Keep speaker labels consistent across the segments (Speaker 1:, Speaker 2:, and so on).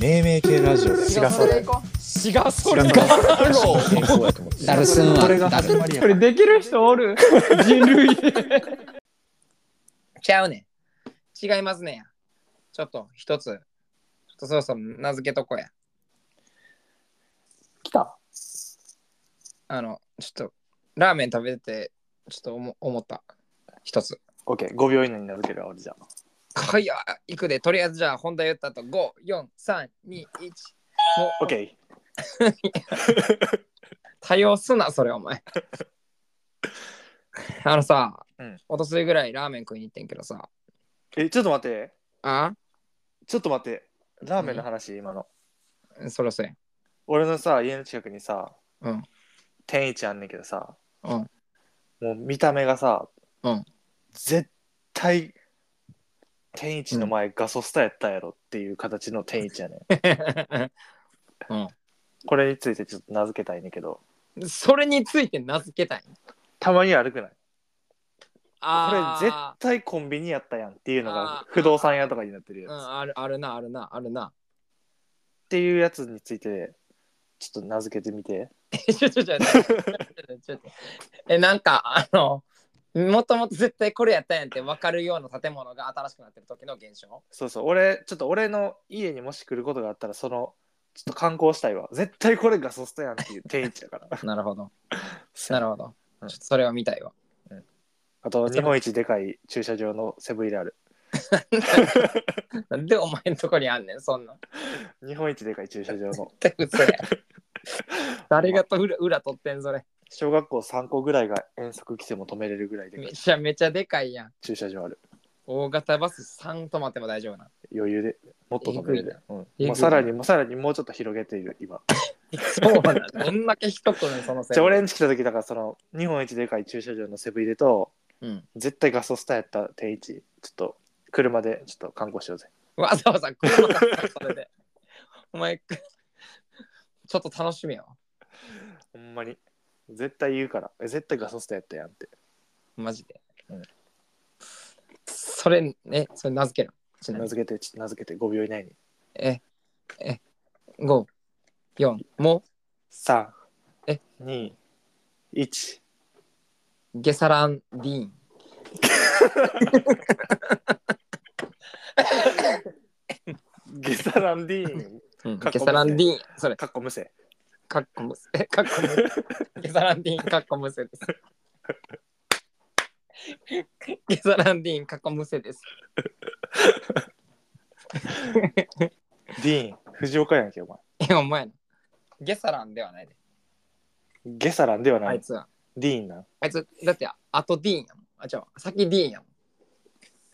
Speaker 1: 命名系ラジオだよ
Speaker 2: 違うそれ行こ
Speaker 3: 違うそれ
Speaker 1: 違う
Speaker 3: か
Speaker 1: 健康やと思って
Speaker 4: ダルスンは
Speaker 1: これが
Speaker 4: ダ
Speaker 1: 始
Speaker 4: ル
Speaker 1: まりや
Speaker 3: これできる人おる人類
Speaker 2: うちゃうねん違いますねんやちょっと一つちょっとそろそろ名付けとこや
Speaker 3: 来た
Speaker 2: あのちょっとラーメン食べててちょっと思思った一つ
Speaker 5: オッケー、5秒以内に名付けるわ、俺じゃあ。
Speaker 2: はいやいくでとりあえずじゃあ本題言った後五四三二一も
Speaker 5: オッ
Speaker 2: う
Speaker 5: ケ
Speaker 2: 多用すなそれお前あのさ、
Speaker 5: うん
Speaker 2: おとついぐらいラーメン食いに行ってんけどさ
Speaker 5: ー。え、ちょっと待って。
Speaker 2: あ
Speaker 5: ちょっと待って。ラーメンの話、今の。
Speaker 2: そろそろや
Speaker 5: 俺のさ、家の近くにさ、
Speaker 2: うん
Speaker 5: 天一あんねんけどさ、
Speaker 2: うん
Speaker 5: もう見た目がさ、
Speaker 2: うん
Speaker 5: 絶対、天一の前、ガソスタやったやろっていう形の天一やねん。これについてちょっと名付けたいねんけど、
Speaker 2: うん、それについて名付けたい
Speaker 5: たまに悪くないこれ
Speaker 2: あ
Speaker 5: 絶
Speaker 2: あ
Speaker 5: 対コンビニやったやんっていうの
Speaker 2: あ
Speaker 5: が
Speaker 2: ー
Speaker 5: 不動産屋とかになってるやつ。
Speaker 2: う
Speaker 5: っ
Speaker 2: ん、あるあるなあるなあるな
Speaker 5: ていうやつについて、ちょっと名付けてみて。
Speaker 2: えちょちょちょちょちょちょちょえなんかあのもともと絶対これやったやんって分かるような建物が新しくなってる時の現象
Speaker 5: そうそう、俺、ちょっと俺の家にもし来ることがあったら、その、ちょっと観光したいわ。絶対これガソスタやんっていう定位置だ から。
Speaker 2: なるほどなるほどち
Speaker 5: う
Speaker 2: ょ
Speaker 5: ん
Speaker 2: っとそれを見たいわ
Speaker 5: あと、日本一でかい駐車場のセブンイレある。
Speaker 2: なんでお前んとこにあんねんそんなん
Speaker 5: 日本一でかい駐車場の。
Speaker 2: 絶対嘘や誰がと裏裏取ってんそれ
Speaker 5: 小学校3校ぐらいが遠足規制も止めれるぐらいでか
Speaker 2: め
Speaker 5: い
Speaker 2: ちゃめちゃでかいやん
Speaker 5: 駐車場ある。
Speaker 2: 大型バス3止まっても大丈夫な
Speaker 5: 余裕で。もっと止めれ
Speaker 2: えぐい
Speaker 5: る。うん
Speaker 2: えぐい
Speaker 5: もうさらにもうさらにもうちょっと広げている、今。
Speaker 2: そうなんだどんだけ人来るんそのせい
Speaker 5: じゃあ俺んち来た時だからその日本一でかい駐車場のセブン入れと、
Speaker 2: うん
Speaker 5: 絶対ガソスタやった定位置ちょっと車でちょっと観光しようぜ
Speaker 2: わざわざ車買ったそれで。お前、くちょっと楽しみよ。
Speaker 5: ほんまに絶対言うからえ絶対ガソスタやったやんって
Speaker 2: マジで。
Speaker 5: うん
Speaker 2: それ、ね、それ名付ける。ちなみ
Speaker 5: 名
Speaker 2: に。
Speaker 5: 付けてち名付けて5秒以内に
Speaker 2: え、え、5、4、も
Speaker 5: 3
Speaker 2: え
Speaker 5: 2 1
Speaker 2: う、ゲサランディーン。
Speaker 5: ゲサランディーン
Speaker 2: うん
Speaker 5: かっこむせ
Speaker 2: ゲサランディーン。それ、
Speaker 5: かっこむせ
Speaker 2: カッコムセ。え、カッコム セ。ゲサランディーン、カッコムセ です。ゲサランディーン、カッコムセです。
Speaker 5: ディーン藤岡やんけお前
Speaker 2: え、お前な。ゲサランではないで。
Speaker 5: ゲサランではな
Speaker 2: あ
Speaker 5: い、
Speaker 2: いつは。
Speaker 5: ディーンなん
Speaker 2: あいつ、だって、あとディーンやもん。あ、違う、先ディーンやもん。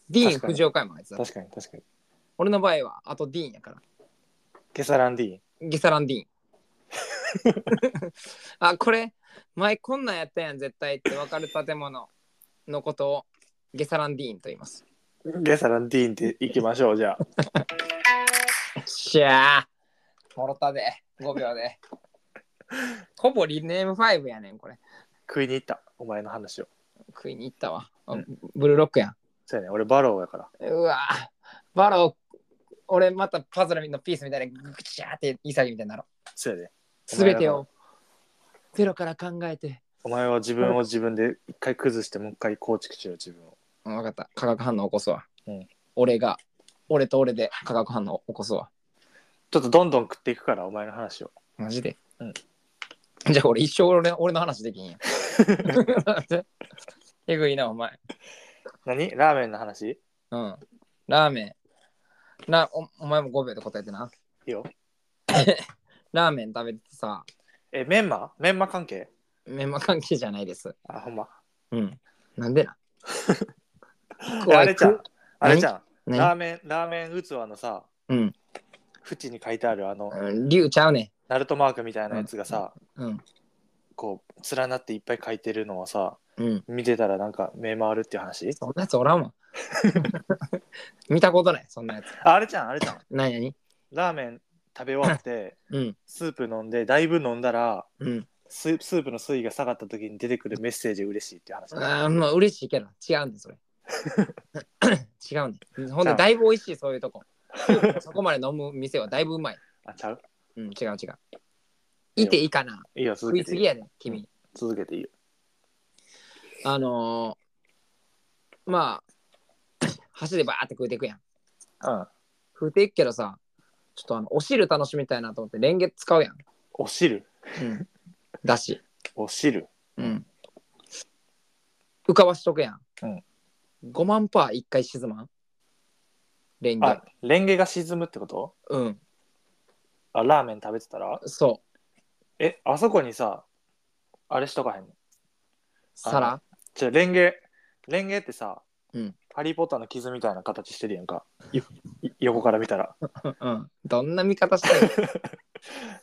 Speaker 2: ディーン
Speaker 5: 確かに
Speaker 2: 藤岡やもん、あいつ。
Speaker 5: 確かに確かに
Speaker 2: 俺の場合は、あとディーンやから。
Speaker 5: ゲサランディーン
Speaker 2: ゲサランディー ン。あ、これ、前こんなんやったやん、絶対って分かる建物のことを、ゲサランディーンと言います。
Speaker 5: ゲサランディーンって行きましょうじゃあ
Speaker 2: よっしゃー。もろたで、5秒で。ほぼリネーム5やねん、これ。
Speaker 5: 食いに行ったお前の話を
Speaker 2: 食いに行ったわ。あ
Speaker 5: うん
Speaker 2: ブルーロックやん。
Speaker 5: そうやね俺バローやから
Speaker 2: うわバロ俺またパズルのピースみたいなグチャーってイサギみたいになろ
Speaker 5: そうやね
Speaker 2: すべてをゼロから考えて
Speaker 5: お前は自分を自分で一回崩してもう一回構築しよう自分を。
Speaker 2: 分かった化学反応起こすわ、
Speaker 5: うん
Speaker 2: 俺が俺と俺で化学反応起こすわ
Speaker 5: ちょっとどんどん食っていくからお前の話を。
Speaker 2: マジで、
Speaker 5: うん
Speaker 2: じゃあ俺一生俺俺の話できん やえぐいなお前
Speaker 5: 何ラーメンの話い
Speaker 2: うんラーメンなおお前も5秒で答えてない
Speaker 5: よ。
Speaker 2: ラーメン食べてさ
Speaker 5: え、メンマメンマ関係
Speaker 2: メンマ関係じゃないです
Speaker 5: あ、ほんま。
Speaker 2: うんなん でな
Speaker 5: えあれちゃん。あれちゃん。
Speaker 2: 何
Speaker 5: ラーメン、ラーメン器のさ、
Speaker 2: うん。
Speaker 5: 縁に書いてあるあの、
Speaker 2: うん竜ちゃうね。
Speaker 5: ナルトマークみたいなやつがさ、
Speaker 2: うん。
Speaker 5: こう、連なっていっぱい書いてるのをさ、
Speaker 2: うん。
Speaker 5: 見てたらなんか目回るっていう話
Speaker 2: そんなやつおらんわ。 見たことない、そんなやつ。
Speaker 5: ああれちゃん、あれちゃん。
Speaker 2: なになに
Speaker 5: ラーメン食べ終わって、
Speaker 2: うん。
Speaker 5: スープ飲んで、だいぶ飲んだら、
Speaker 2: うん。
Speaker 5: ススープの水位が下がった時に出てくるメッセージ嬉しいっていう話。
Speaker 2: あーまあ、 嬉しいけど、違うんで、それ。違うんで。ほん
Speaker 5: じゃ
Speaker 2: で、
Speaker 5: あ
Speaker 2: だいぶ美味しい、そういうとこ。そこまで飲む店はだいぶうまい。
Speaker 5: あ、ちゃう
Speaker 2: うん、違う違う。いていいかな。
Speaker 5: いいよ、続
Speaker 2: 食
Speaker 5: け
Speaker 2: い
Speaker 5: て
Speaker 2: す
Speaker 5: い
Speaker 2: ぎ
Speaker 5: いよ。
Speaker 2: やで、君。
Speaker 5: 続けていいよ。
Speaker 2: あのー、まあ、箸でバーって食うていくやん。
Speaker 5: うん。
Speaker 2: 食うていくけどさ、ちょっとあの、お汁楽しみたいなと思って、レンゲ使うやん。
Speaker 5: お汁
Speaker 2: うん。だし。
Speaker 5: お汁
Speaker 2: うん。浮かばしとくやん。
Speaker 5: うん。
Speaker 2: 5万パー一回沈まんレンゲ
Speaker 5: あ。、レンゲが沈むってこと
Speaker 2: うん。
Speaker 5: あ、ラーメン食べてたら
Speaker 2: そ
Speaker 5: え、あそこにさ、あれしとかへんの
Speaker 2: う。皿
Speaker 5: じゃあレンゲ、レンゲってさ、
Speaker 2: うん
Speaker 5: ハリー・ポッターの傷みたいな形してるやんか。よい横から見たら。
Speaker 2: うん。どんな見方して る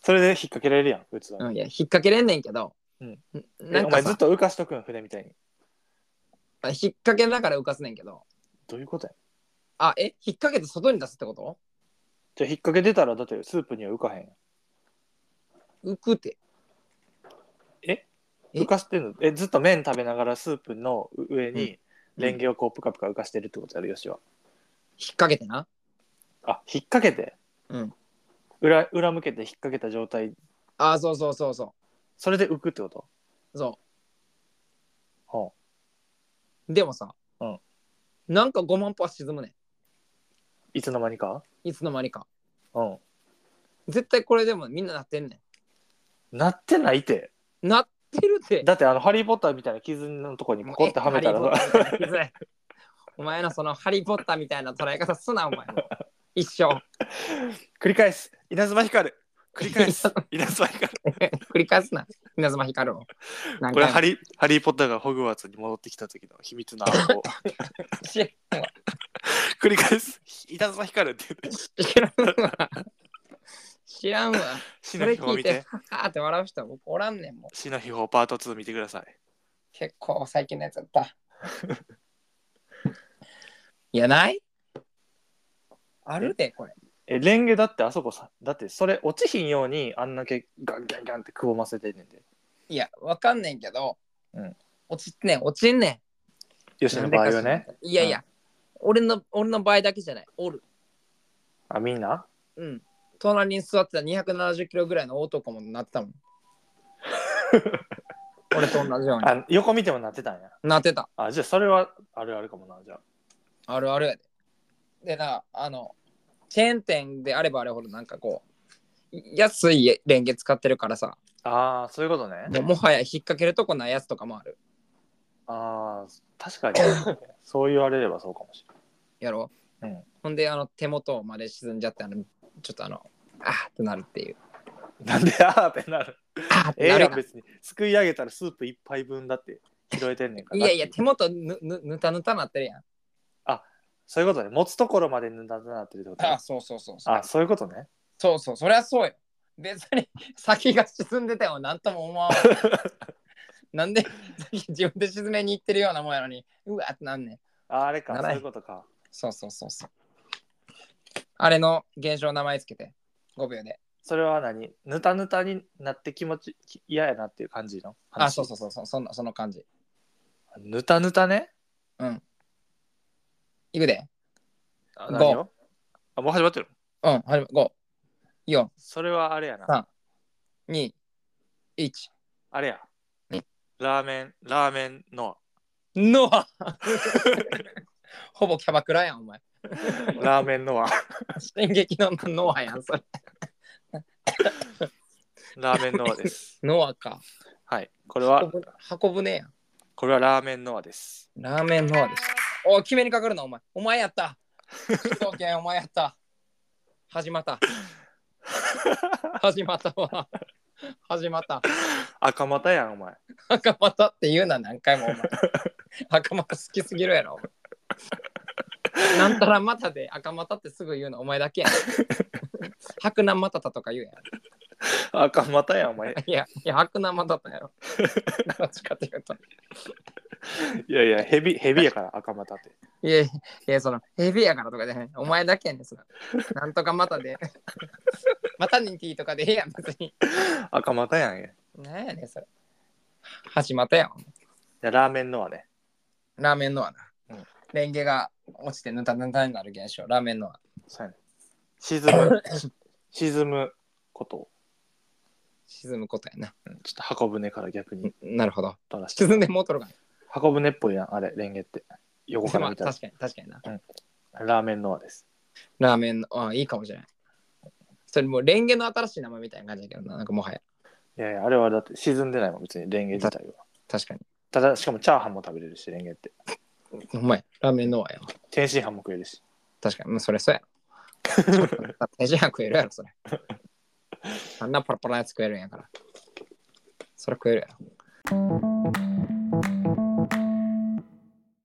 Speaker 5: それで引っ掛けられるやん、器に。
Speaker 2: うん。いや、引っ掛けれんねんけど。
Speaker 5: うん。え
Speaker 2: なん
Speaker 5: お
Speaker 2: か
Speaker 5: 前
Speaker 2: さ
Speaker 5: ずっと浮かしとくん、船みたいに。
Speaker 2: あ引っ掛けながら浮かすねんけど。
Speaker 5: どういうことや
Speaker 2: あ、え引っ掛けて外に出すってこと
Speaker 5: じゃあ引っ掛けてたら、だってスープには浮かへんやん。
Speaker 2: 浮くって。え
Speaker 5: 浮かしてんのえ、ずっと麺食べながらスープの上に、
Speaker 2: うん
Speaker 5: レンゲをこう、ぷかぷか浮かしてるってことやる、よしは。
Speaker 2: 引っ掛けてな。
Speaker 5: あ、引っ掛けて。
Speaker 2: うん。
Speaker 5: 裏、裏向けて引っ掛けた状態、
Speaker 2: あ、そうそうそうそ
Speaker 5: それで浮くってこと
Speaker 2: う。そ
Speaker 5: ほ
Speaker 2: う。でもさ、
Speaker 5: うん
Speaker 2: なんか5万歩は沈むね
Speaker 5: う。いつの間にか
Speaker 2: ん。いつの間にか。
Speaker 5: うん。
Speaker 2: 絶対これでもみんななってんね
Speaker 5: なってないって。
Speaker 2: ん。なってるって。
Speaker 5: だってあの、ハリー・ポッターみたいな傷のとこにポコってはめたら
Speaker 2: もうえハリーポッターみたいなやつねお前のそのハリー・ポッターみたいな捉え方すな、お前。一生。
Speaker 5: 繰り返す稲妻光る繰り返す 稲妻光る
Speaker 2: 繰り返すな。稲妻光るを。何
Speaker 5: これ
Speaker 2: 回も
Speaker 5: ハリハリー・ポッターがホグワーツに戻ってきた時の秘密の 暗号
Speaker 2: し
Speaker 5: 繰り返す稲妻光るって言って
Speaker 2: 知らんわ。知らんわ。
Speaker 5: 死
Speaker 2: そ
Speaker 5: の
Speaker 2: れ
Speaker 5: 秘宝
Speaker 2: 聞い
Speaker 5: 見
Speaker 2: て
Speaker 5: て、
Speaker 2: ははーって笑う人は僕おらんねんもん。
Speaker 5: 死の秘宝パート2見てください
Speaker 2: 結構最近のやつだった。い や、ないあるで、これ。
Speaker 5: えレンゲだってあそこさだってそれ落ちひんようにあんだけガンガンガンってくぼませてんねんで
Speaker 2: いや、わかんねんけど、
Speaker 5: うん
Speaker 2: 落ちてねん、落ちんねん。
Speaker 5: 吉野の場合はね
Speaker 2: いやいや、俺の俺の場合だけじゃない。おる。
Speaker 5: あみんな
Speaker 2: うん。隣に座ってた270キロぐらいの男もなってたも ん。俺と同じように。
Speaker 5: あ横見てもなってたんや
Speaker 2: なってた。
Speaker 5: あじゃあそれはあるあるかもなじゃあ
Speaker 2: あるあるやで。でな、あの、チェーン店であればあれほどなんかこう、安いレンゲ使ってるからさ、
Speaker 5: あーそういうことね
Speaker 2: もうもはや引っ掛けるとこないやつとかもある。
Speaker 5: あー 確かにそう言われればそうかもし
Speaker 2: やろ、
Speaker 5: うん
Speaker 2: ほんで、あの、手元まで沈んじゃって、あの、ちょっとあの、あーってなるっていう。
Speaker 5: れないなんであーってなる
Speaker 2: あーっ
Speaker 5: ええや
Speaker 2: てなるや
Speaker 5: ん
Speaker 2: ん
Speaker 5: 別にすくい上げたらスープ一杯分だって拾えてんねんから
Speaker 2: いやいや、手元ぬぬぬたぬたなってるやん。
Speaker 5: そういうことね持つところまでぬだんだなってるってことね
Speaker 2: あ、そうそうそうそう。
Speaker 5: あそういうことね
Speaker 2: そうそう、そりゃそうよ。別に 先が沈んでても何とも思 わんわ。なんで先自分で沈めに行ってるようなもんやのに、うわってなんねん。
Speaker 5: ああれか
Speaker 2: な
Speaker 5: そう
Speaker 2: らへん
Speaker 5: いうことか
Speaker 2: そうそうそうそう。あれの現象名前つけて、5秒で。
Speaker 5: それは何ぬたぬたになって気持ちき嫌やなっていう感じの
Speaker 2: あ、そうそううそうそう、そんなその感じ。
Speaker 5: ぬたぬたね
Speaker 2: いくで。
Speaker 5: あ
Speaker 2: ゴー
Speaker 5: 何よあもう始まってる
Speaker 2: うん、始め、5、4、
Speaker 5: それはあれやな
Speaker 2: さん2、1。
Speaker 5: あれや
Speaker 2: うん
Speaker 5: ラーメンラーメンの
Speaker 2: ノアほぼキャバクラやん、お前。
Speaker 5: ラーメンの は
Speaker 2: 進撃のノアやん、それ。
Speaker 5: ラーメンのはです
Speaker 2: ノアか。
Speaker 5: はいこれは
Speaker 2: 運ぶ運ぶねやん。
Speaker 5: これはラーメンのはです
Speaker 2: ラーメンノアです。おい決めにかかるな、お前。お前やった。主導権、お前やった。始まった。始まったわ。始まった。
Speaker 5: 赤股やんお前
Speaker 2: 赤股って言うな、何回もお前。赤股好きすぎるやろ。お前なんたらまたで赤股ってすぐ言うのお前だけやん。白南またたとか言うやん。
Speaker 5: 赤股やんお前
Speaker 2: いや、いや白南またたやろ。どっちかっていうと。
Speaker 5: いやいやヘビヘビやから赤股って
Speaker 2: いやいや、その、ヘビやからとかじゃない。お前だけやねん、その。なんとかまたで。またにティーとかでええやん、別に。
Speaker 5: 赤股やんや。
Speaker 2: なんやねん、それ。始まったやん。
Speaker 5: じゃあラーメンのはね。
Speaker 2: ラーメンのはな。
Speaker 5: うん
Speaker 2: レンゲが落ちてぬたぬたになる現象、ラーメンのは。
Speaker 5: そうやね。沈む 沈むこと
Speaker 2: 沈むことやな。
Speaker 5: うんちょっと箱舟から逆に
Speaker 2: なるほど。
Speaker 5: 取らせて
Speaker 2: 沈んでもうとるがな
Speaker 5: 箱舟っぽいやんあれレンゲって横から
Speaker 2: まあ
Speaker 5: 見たら
Speaker 2: 確かに、確かにな。
Speaker 5: ラーメンのあです
Speaker 2: ラーメンの、あいいかもしれない。それもうレンゲの新しい名前みたいな感じだけどな、なんかもはや。
Speaker 5: いやいやあれはだって沈んでないもん別にレンゲ自体は
Speaker 2: 確かに。
Speaker 5: ただしかもチャーハンも食べれるしレンゲって
Speaker 2: ほんまや。ラーメンのはやわ。
Speaker 5: 天津飯も食えるし
Speaker 2: 確かに、もうそれそうや ろ。手品食えるやろ、それ。あんなパラパラなやつ食えるんやから。それ食えるやろ。